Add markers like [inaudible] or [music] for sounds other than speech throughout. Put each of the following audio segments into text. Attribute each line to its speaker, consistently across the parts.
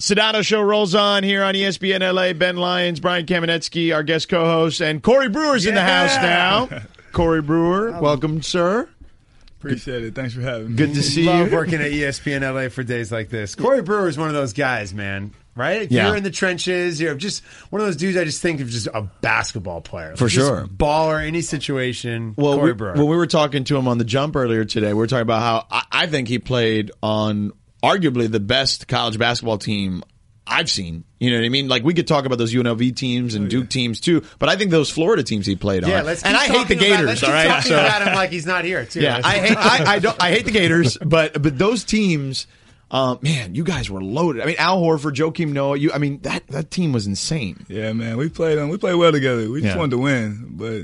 Speaker 1: Sedano Show rolls on here on E ESPN LA. Ben Lyons, Brian Kamenetsky, our guest co-host, and Corey Brewer's in the house
Speaker 2: [laughs]
Speaker 1: now. Corey Brewer, welcome, sir.
Speaker 3: Appreciate it. Thanks for having me.
Speaker 1: Good to see
Speaker 2: Love
Speaker 1: you.
Speaker 2: working at E ESPN LA for days like this. Corey Brewer is one of those guys, man. Right? If
Speaker 1: Yeah.
Speaker 2: You're in the trenches. You're just one of those dudes. I just think of just a basketball player
Speaker 1: For
Speaker 2: Just
Speaker 1: sure.
Speaker 2: Baller, any situation.
Speaker 1: Well,
Speaker 2: Corey
Speaker 1: we-
Speaker 2: Brewer.
Speaker 1: when we were talking to him on the jump earlier today, we were talking about how I, I think he played on arguably the best college basketball team I've seen. You know what I mean? Like we could talk about those UNLV teams and Duke teams too, but I think those Florida teams he played
Speaker 2: Oh, yeah,
Speaker 1: on.
Speaker 2: let's.
Speaker 1: and
Speaker 2: keep
Speaker 1: I hate the
Speaker 2: talking
Speaker 1: Gators.
Speaker 2: About, let's
Speaker 1: all
Speaker 2: keep
Speaker 1: right,
Speaker 2: talking
Speaker 1: so
Speaker 2: about him like he's not here too.
Speaker 1: yeah,
Speaker 2: Let's
Speaker 1: I hate
Speaker 2: keep
Speaker 1: I, I don't I hate the Gators, but but those teams. Um, man, you guys were loaded. I mean, Al Horford, Joakim Noah. You, I mean, that that team was insane.
Speaker 3: Yeah, man. We played um, we played well together. We just
Speaker 1: Yeah.
Speaker 3: wanted to win, but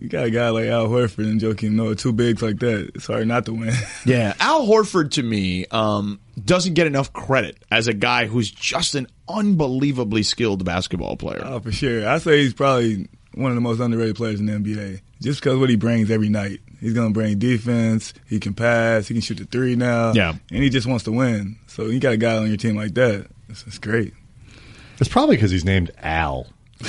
Speaker 3: you got a guy like Al Horford and Joakim Noah, two bigs like that. It's hard not to win.
Speaker 1: Yeah, Al Horford to me um, doesn't get enough credit as a guy who's just an unbelievably skilled basketball player.
Speaker 3: [laughs] oh, for sure. I say he's probably one of the most underrated players in the NBA, just because what he brings every night. He's gonna bring defense. He can pass. He can shoot the three now.
Speaker 1: Yeah.
Speaker 3: and he just wants to win. So you got a guy on your team like that. It's, it's great.
Speaker 4: It's probably because he's named Al. [laughs]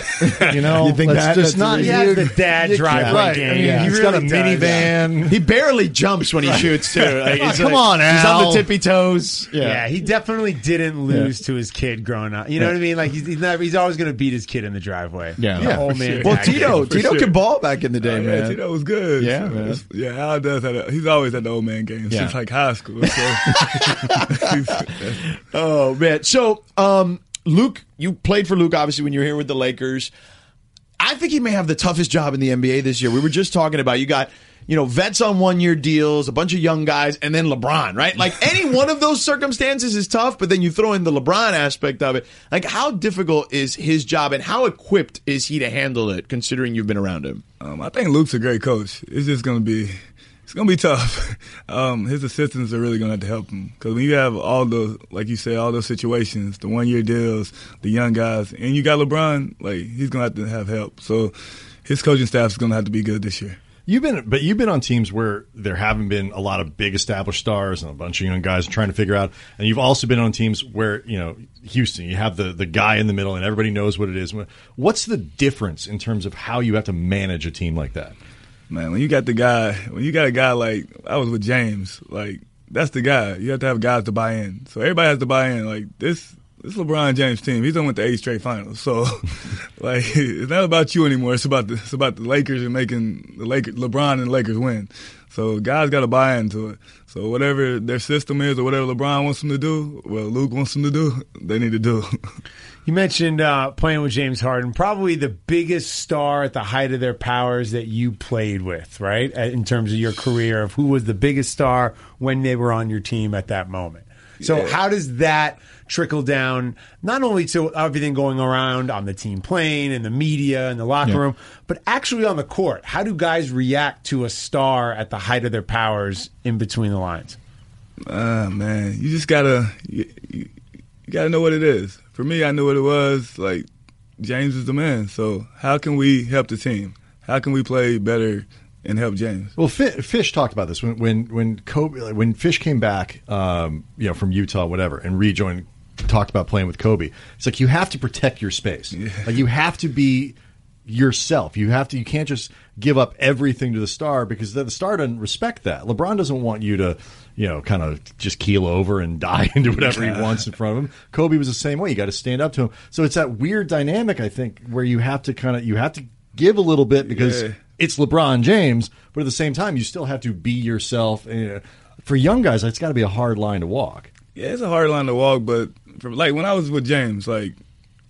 Speaker 4: You know, you think
Speaker 1: that- that's
Speaker 4: just
Speaker 1: the
Speaker 4: not
Speaker 2: He has the dad driveway
Speaker 4: right.
Speaker 2: game.
Speaker 4: I mean,
Speaker 2: Yeah.
Speaker 4: He's
Speaker 2: He
Speaker 4: got a
Speaker 2: really does.
Speaker 4: minivan.
Speaker 1: he barely jumps when he shoots too. Like, it's
Speaker 4: Come
Speaker 1: like-
Speaker 4: on,
Speaker 1: he's on the
Speaker 4: Al.
Speaker 1: tippy toes. Yeah.
Speaker 2: Yeah. he definitely didn't lose to his kid growing up. You know what I mean? Like he's he's, not, he's always going to beat his kid in the driveway.
Speaker 1: Yeah.
Speaker 2: The
Speaker 1: Yeah,
Speaker 2: whole
Speaker 3: for
Speaker 2: man.
Speaker 3: sure.
Speaker 1: Well,
Speaker 2: back
Speaker 1: Tito,
Speaker 2: game.
Speaker 3: For
Speaker 1: Tito
Speaker 3: sure. Oh,
Speaker 1: could ball back in the day,
Speaker 3: Yeah,
Speaker 1: man.
Speaker 3: Tito was good.
Speaker 1: Yeah,
Speaker 3: So,
Speaker 1: man.
Speaker 3: Yeah, Al does. Have a, he's always at the old man game
Speaker 1: Yeah.
Speaker 3: since like high school.
Speaker 1: [laughs]
Speaker 3: So. [laughs]
Speaker 1: Oh man. So, um, Luke, you played for Luke obviously when you were here with the Lakers. I think he may have the toughest job in the NBA this year. We were just talking about you got, you know, vets on one year deals, a bunch of young guys, and then LeBron, right? Like any one of those circumstances is tough, but then you throw in the LeBron aspect of it. Like how difficult is his job and how equipped is he to handle it considering you've been around him?
Speaker 3: Um, I think Luke's a great coach. It's just gonna be, it's gonna be tough. [laughs] Um, his assistants are really gonna have to help him because when you have all those, like you say, all those situations, the one-year deals, the young guys, and you got LeBron, like he's gonna have to have help. So his coaching staff is gonna have to be good this year.
Speaker 4: You've been, but you've been on teams where there haven't been a lot of big established stars and a bunch of young guys trying to figure out. And you've also been on teams where you know Houston, you have the the guy in the middle and everybody knows what it is. What's the difference in terms of how you have to manage a team like that?
Speaker 3: Man, when you got the guy, when you got a guy like I was with James, like that's the guy. You have to have guys to buy in. So everybody has to buy in. Like this, this LeBron James team, he's done with the eight straight finals. So, [laughs] like, it's not about you anymore. It's about the it's about the Lakers and making the Lakers, LeBron and the Lakers win. So guys got to buy into it. So whatever their system is or whatever LeBron wants them to do, well, Luke wants them to do, they need to do. [laughs]
Speaker 2: You mentioned uh, playing with James Harden, probably the biggest star at the height of their powers that you played with, right? Uh, In terms of your career, of who was the biggest star when they were on your team at that moment. So, how does that trickle down not only to everything going around on the team plane and the media and the locker room, but actually on the court? How do guys react to a star at the height of their powers in between the lines?
Speaker 3: Ah man, you just gotta you, you, you gotta know what it is. For me, I knew what it was. Like James is the man. So how can we help the team? How can we play better and help James?
Speaker 4: Well, Fi- Fish talked about this when when when Kobe when Fish came back, um, you know, from Utah, whatever, and rejoined. Talked about playing with Kobe. It's like you have to protect your space. Like you have to be yourself. You have to. You can't just give up everything to the star because the, the star doesn't respect that. LeBron doesn't want you to, you know, kind of just keel over and [laughs] die into whatever he wants in front of him. Kobe was the same way. You got to stand up to him. So it's that weird dynamic, I think, where you have to kind of you have to give a little bit because
Speaker 3: Yeah.
Speaker 4: it's LeBron James, but at the same time, you still have to be yourself. Uh, For young guys, that's got to be a hard line to walk.
Speaker 3: Yeah, it's a hard line to walk, but from, like when I was with James, like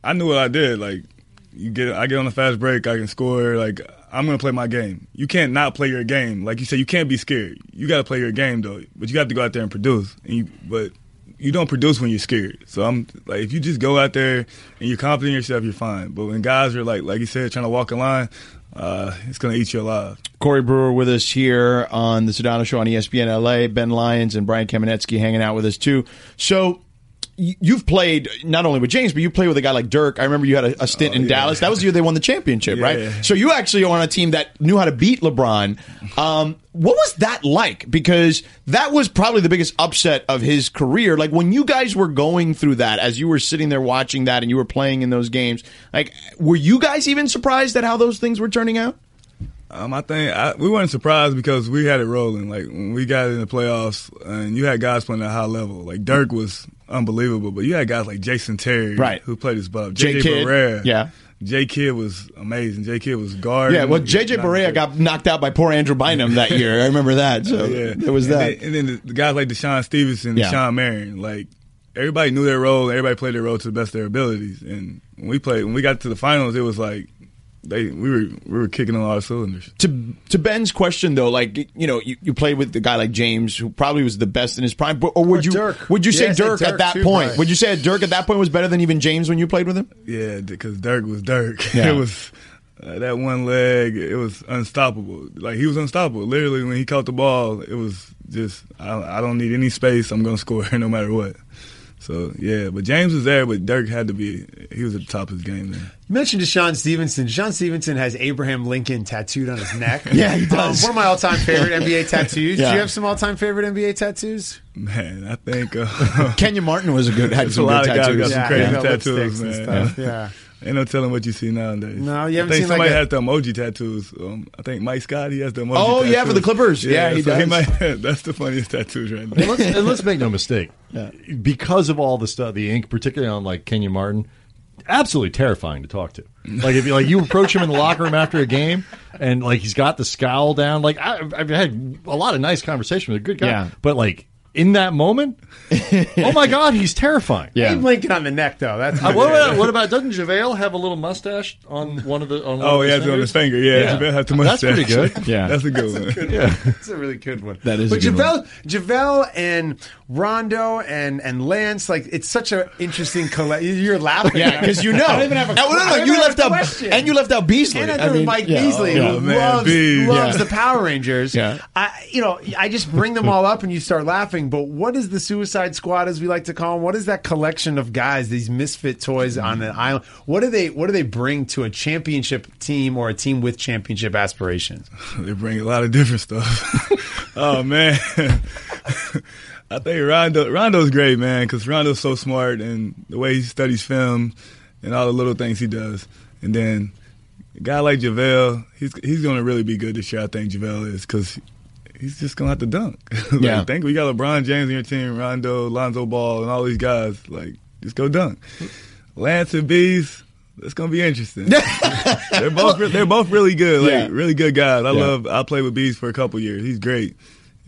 Speaker 3: I knew what I did. Like you get, I get on a fast break, I can score. Like I'm gonna play my game. You can't not play your game. Like you said, you can't be scared. You gotta play your game though, but you have to go out there and produce. And you, but you don't produce when you're scared. So I'm like, if you just go out there and you're confident in yourself, you're fine. But when guys are like, like you said, trying to walk a line, uh, it's gonna eat you alive.
Speaker 1: Corey Brewer with us here on E the Sedano Show on ESPN LA. Ben Lyons and Brian Kamenetsky hanging out with us too. So y- you've played not only with James, but you played with a guy like Dirk. I remember you had a, a stint in Dallas. That was the year they won the championship,
Speaker 3: Oh, Yeah,
Speaker 1: right?
Speaker 3: yeah.
Speaker 1: So you actually are on a team that knew how to beat LeBron. Um, what was that like? Because that was probably the biggest upset of his career. Like when you guys were going through that, as you were sitting there watching that and you were playing in those games, like were you guys even surprised at how those things were turning out?
Speaker 3: Um, I think I, we weren't surprised because we had it rolling. Like when we got in the playoffs, and you had guys playing at a high level. Like Dirk was unbelievable, but you had guys like Jason Terry,
Speaker 1: Right.
Speaker 3: who played his butt up.
Speaker 1: J.
Speaker 3: JJ
Speaker 1: Kidd,
Speaker 3: Barea,
Speaker 1: yeah.
Speaker 3: J Kidd was amazing. J Kidd was guard.
Speaker 1: Yeah, well, JJ Barea got knocked out by poor Andrew Bynum that year. I remember that. [laughs] So
Speaker 3: Yeah,
Speaker 1: there was
Speaker 3: and
Speaker 1: that.
Speaker 3: Then, and then the- the guys like Deshaun Stevenson,
Speaker 1: Yeah.
Speaker 3: Deshaun Marion, like everybody knew their role. and Everybody played their role to the best of their abilities. And when we played, when we got to the finals, it was like they we were we were kicking on our cylinders.
Speaker 1: to to Ben's question though, like you know, you, you played with a guy like James, who probably was the best in his prime. But, or would
Speaker 2: Or
Speaker 1: you
Speaker 2: Dirk.
Speaker 1: would you say
Speaker 2: Yeah, I said
Speaker 1: Dirk, at
Speaker 2: Dirk,
Speaker 1: that
Speaker 2: too,
Speaker 1: point?
Speaker 2: probably.
Speaker 1: Would you say that Dirk at that point was better than even James when you played with him?
Speaker 3: Yeah, because Dirk was Dirk. [laughs]
Speaker 1: Yeah.
Speaker 3: it was uh, that one leg. It was unstoppable. Like he was unstoppable. Literally, when he caught the ball, it was just I, I don't need any space. I'm gonna [laughs] score no matter what. So yeah, but James was there, but Dirk had to be. He was at the top of his game then.
Speaker 2: You mentioned Deshaun Stevenson. Deshaun Stevenson has Abraham Lincoln tattooed on his neck.
Speaker 1: [laughs]
Speaker 2: Uh,
Speaker 1: Yeah, he does.
Speaker 2: one of my
Speaker 1: [laughs]
Speaker 2: all-time favorite NBA tattoos.
Speaker 1: Yeah.
Speaker 2: Do you have some all-time favorite NBA tattoos?
Speaker 3: Man, I think uh, [laughs]
Speaker 1: Kenya Martin was a good had
Speaker 3: There's
Speaker 1: some
Speaker 3: a
Speaker 1: good
Speaker 3: lot of guys
Speaker 1: tattoos.
Speaker 3: got some crazy
Speaker 2: the
Speaker 3: tattoos,
Speaker 2: lipsticks and
Speaker 3: man.
Speaker 2: stuff, yeah.
Speaker 3: ain't no telling what you see nowadays.
Speaker 2: No, you haven't
Speaker 3: I think
Speaker 2: seen, like,
Speaker 3: somebody
Speaker 2: a-
Speaker 3: has the emoji tattoos. Um, I think Mike Scott he has the emoji.
Speaker 1: Oh, yeah, for the
Speaker 3: tattoos.
Speaker 1: Clippers. Yeah, he
Speaker 3: so
Speaker 1: does.
Speaker 3: might- [laughs] that's the funniest tattoos right
Speaker 4: And
Speaker 3: now.
Speaker 4: let's, and let's make no
Speaker 1: [laughs]
Speaker 4: mistake, because of all the stuff, the ink, particularly on like Kenya Martin, absolutely terrifying to talk to. Like if you like you approach him in the locker room after a game, and like he's got the scowl down. Like I, I've had a lot of nice conversation with a good guy,
Speaker 1: Yeah.
Speaker 4: but like in that moment, oh my god, he's terrifying.
Speaker 1: Yeah.
Speaker 2: Abe Lincoln on the neck, though. That's
Speaker 4: Uh, what, about, what about doesn't Javale have a little mustache on one of the? On one
Speaker 3: Oh,
Speaker 4: of
Speaker 3: he
Speaker 4: the
Speaker 3: has it on his
Speaker 4: fingers?
Speaker 3: finger. Yeah,
Speaker 4: Yeah.
Speaker 3: Javale has too much
Speaker 4: That's pretty
Speaker 3: tattoos.
Speaker 4: good.
Speaker 1: Yeah.
Speaker 3: [laughs] that's a
Speaker 2: [laughs]
Speaker 3: good one.
Speaker 2: That's a really good one.
Speaker 1: That is
Speaker 2: But
Speaker 1: a good
Speaker 2: Javale, Javale and Rondo and and Lance, like it's such an interesting collect. You're laughing.
Speaker 1: Yeah, because you know,
Speaker 2: I don't even have a,
Speaker 1: No, no, no,
Speaker 2: I don't
Speaker 1: you
Speaker 2: even have
Speaker 1: left
Speaker 2: a
Speaker 1: out
Speaker 2: question.
Speaker 1: and you left out Beasley.
Speaker 2: And I
Speaker 1: I
Speaker 2: threw
Speaker 1: mean,
Speaker 2: Mike
Speaker 1: yeah.
Speaker 2: Beasley,
Speaker 1: Yeah.
Speaker 2: who
Speaker 3: man,
Speaker 2: loves,
Speaker 3: Bees.
Speaker 2: loves
Speaker 1: Yeah.
Speaker 2: the Power Rangers.
Speaker 1: Yeah.
Speaker 2: I, you know, I just bring them all up and you start laughing. But what is the Suicide Squad, as we like to call them? What is that collection of guys, these misfit toys on an island? What do they? What do they bring to a championship team or a team with championship aspirations?
Speaker 3: They bring a lot of different stuff. [laughs] oh man, I think Rondo Rondo's great, man, because Rondo's so smart and the way he studies film and all the little things he does. And then a guy like Javale, he's he's going to really be good this year. I think Javale is because he's just going to have to dunk. [laughs] like,
Speaker 1: Yeah.
Speaker 3: think we got LeBron James on your team, Rondo, Lonzo Ball, and all these guys. Like, just go dunk. Lance and Bees. That's gonna be interesting. they're both re- they're both really good, like
Speaker 1: Yeah.
Speaker 3: really good guys. I
Speaker 1: Yeah.
Speaker 3: love. I played with Bees for a couple years. He's great.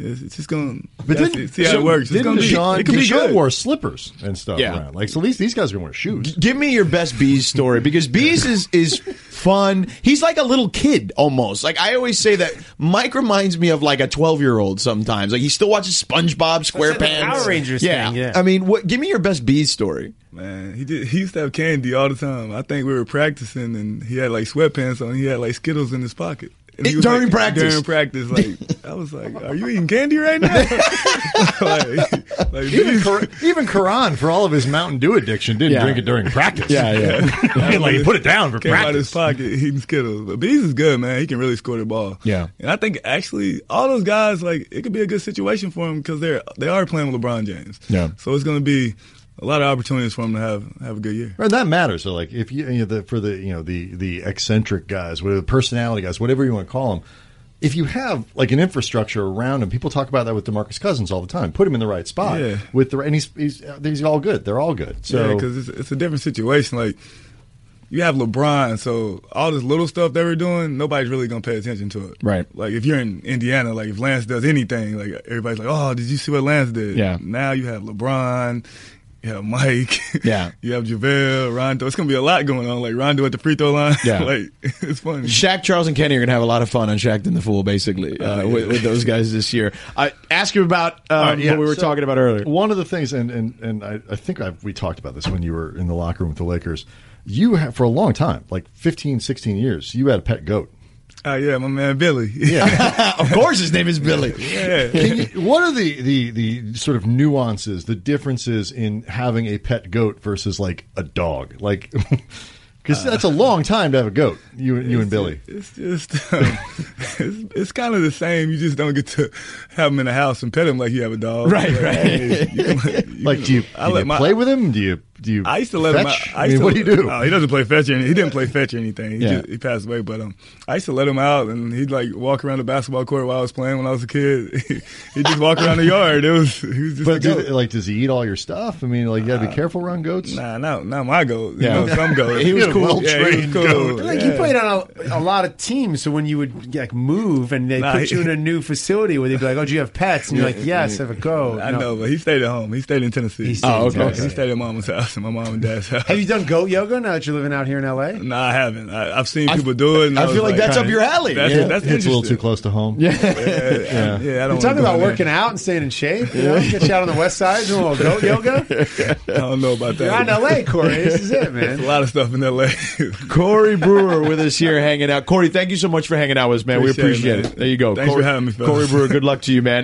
Speaker 3: It's, it's just going.
Speaker 4: But
Speaker 3: to
Speaker 4: then,
Speaker 3: see how it works. It's
Speaker 4: Didn't
Speaker 3: going to be.
Speaker 4: Deshaun,
Speaker 3: It could be
Speaker 4: Deshaun
Speaker 3: good.
Speaker 4: wore slippers and stuff
Speaker 1: Yeah.
Speaker 4: around. Like so, these these guys are gonna
Speaker 3: [laughs]
Speaker 4: wear shoes.
Speaker 1: Give me your best Bees story because Bees is is fun. He's like a little kid almost. Like I always say that Mike reminds me of like a twelve year old sometimes. Like he still watches SpongeBob SquarePants,
Speaker 2: That's like the Power Rangers
Speaker 1: Yeah.
Speaker 2: thing, yeah.
Speaker 1: I mean, what? Give me your best Bees story.
Speaker 3: Man, he did. He used to have candy all the time. I think we were practicing, and he had like sweatpants on. He had like Skittles in his pocket. And he was,
Speaker 1: During
Speaker 3: like,
Speaker 1: practice.
Speaker 3: During practice,
Speaker 4: [laughs]
Speaker 3: like I was like, "Are you eating candy right now?" [laughs]
Speaker 4: [laughs]
Speaker 3: like, like,
Speaker 4: Even
Speaker 3: these-
Speaker 4: Kar- even Karan, for all of his Mountain Dew addiction, didn't
Speaker 1: Yeah.
Speaker 4: drink it during practice.
Speaker 3: Yeah.
Speaker 4: [laughs] like he put it down for
Speaker 3: Came out of his
Speaker 4: practice.
Speaker 3: pocket eating Skittles. But Bees is good, man. He can really score the ball.
Speaker 1: Yeah.
Speaker 3: And I think actually all those guys, like, it could be a good situation for him because they're they are playing with LeBron James.
Speaker 1: Yeah.
Speaker 3: So it's gonna be a lot of opportunities for him to have have a good year.
Speaker 4: Right, that matters. So, like, if you, you know, the, for the you know the the eccentric guys, whatever the personality guys, whatever you want to call them, if you have like an infrastructure around him, people talk about that with Demarcus Cousins all the time. Put him in the right spot
Speaker 3: Yeah.
Speaker 4: with the and he's, he's he's all good. They're all good. So
Speaker 3: because it's, it's a different situation. Like you have LeBron, so all this little stuff they were doing, nobody's really gonna pay attention to it.
Speaker 1: Right.
Speaker 3: Like if you're in Indiana, like if Lance does anything, like everybody's like, "Oh, did you see what Lance did?"
Speaker 1: Yeah.
Speaker 3: Now you have LeBron. You have Mike.
Speaker 1: Yeah.
Speaker 3: [laughs] you have Javale, Rondo. It's gonna be a lot going on. Like Rondo at the free throw line.
Speaker 1: Yeah.
Speaker 3: [laughs] like it's funny.
Speaker 1: Shaq, Charles, and Kenny are gonna have a lot of fun on Shaq and the Fool, basically, uh, with, with those guys this year. I ask you about um,
Speaker 4: All right, yeah.
Speaker 1: what we were
Speaker 4: So,
Speaker 1: talking about earlier.
Speaker 4: One of the things, and and and I, I think I've, we talked about this when you were in the locker room with the Lakers. You have for a long time, like 15, 16 years, you had a pet goat.
Speaker 3: Oh yeah, my man Billy. [laughs]
Speaker 1: of course, his name is Billy.
Speaker 3: yeah.
Speaker 4: Can
Speaker 3: [laughs]
Speaker 4: you, what are the, the the sort of nuances, the differences in having a pet goat versus like a dog? Like, [laughs] because that's a long time to have a goat. You you and Billy.
Speaker 3: Uh, It's just um, [laughs] it's, it's kind of the same. You just don't get to have him in the house and pet him like you have a dog.
Speaker 1: Right,
Speaker 3: Like,
Speaker 1: right.
Speaker 3: hey,
Speaker 4: [laughs]
Speaker 3: you can-
Speaker 4: Like, do you,
Speaker 3: I
Speaker 4: do
Speaker 3: let
Speaker 4: you
Speaker 3: my-
Speaker 4: play with him? Do you do you?
Speaker 3: I used to let
Speaker 4: fetch?
Speaker 3: him out.
Speaker 4: I,
Speaker 3: used
Speaker 4: mean,
Speaker 3: to-
Speaker 4: what do you do?
Speaker 3: Oh, he doesn't play fetch or anything. He didn't play fetch or anything. He,
Speaker 4: Yeah.
Speaker 3: just, he passed away, but um, I used to let him out and he'd like walk around the basketball court while I was playing when I was a kid. [laughs] he'd just walk around the yard. It was he was just a
Speaker 4: but do,
Speaker 3: goat.
Speaker 4: like, does he eat all your stuff? I mean, like, you got to be careful around goats.
Speaker 3: Nah, not not my goat.
Speaker 4: Yeah.
Speaker 3: You know, some goat.
Speaker 4: [laughs] He was
Speaker 3: Yeah,
Speaker 4: cool.
Speaker 3: he was
Speaker 4: Well-trained
Speaker 3: cool.
Speaker 4: goat.
Speaker 2: Like you played on a, a lot of teams, so when you would like move and they
Speaker 3: Nah,
Speaker 2: put
Speaker 3: he-
Speaker 2: you in a new facility, where they'd be like, "Oh, do you have pets?" and you're like, "Yes, I have a goat."
Speaker 3: I
Speaker 2: No.
Speaker 3: know, but he stayed at home. He stayed in Tennessee.
Speaker 2: He stayed in Oh, okay. Tennessee.
Speaker 3: He stayed at mama's house and my mom and dad's house.
Speaker 2: Have you done goat yoga now that you're living out here in L.A.?
Speaker 3: No, I haven't. I, I've seen people do it. And
Speaker 1: I
Speaker 3: was
Speaker 1: feel like that's up your alley.
Speaker 3: That's,
Speaker 1: Yeah.
Speaker 3: that's
Speaker 4: it's a little
Speaker 3: interesting.
Speaker 4: too close to home. Yeah,
Speaker 3: Yeah, yeah. I don't
Speaker 2: You're
Speaker 3: wanna
Speaker 2: talking
Speaker 3: go
Speaker 2: about
Speaker 3: in there.
Speaker 2: working out and staying in shape. You know? Get you out on the west side doing a little goat yoga.
Speaker 3: I don't know about that.
Speaker 2: You're out in
Speaker 3: [laughs]
Speaker 2: L.A., Corey. This is it, man.
Speaker 3: A lot of stuff in L.A.
Speaker 2: [laughs]
Speaker 1: Corey Brewer with us here hanging out. Corey, thank you so much for hanging out with us, man.
Speaker 3: Appreciate
Speaker 1: we
Speaker 3: it,
Speaker 1: appreciate it,
Speaker 3: man.
Speaker 1: There you go.
Speaker 3: Thanks for
Speaker 1: Corey,
Speaker 3: having me, fellas.
Speaker 1: Corey Brewer, good luck to you, man.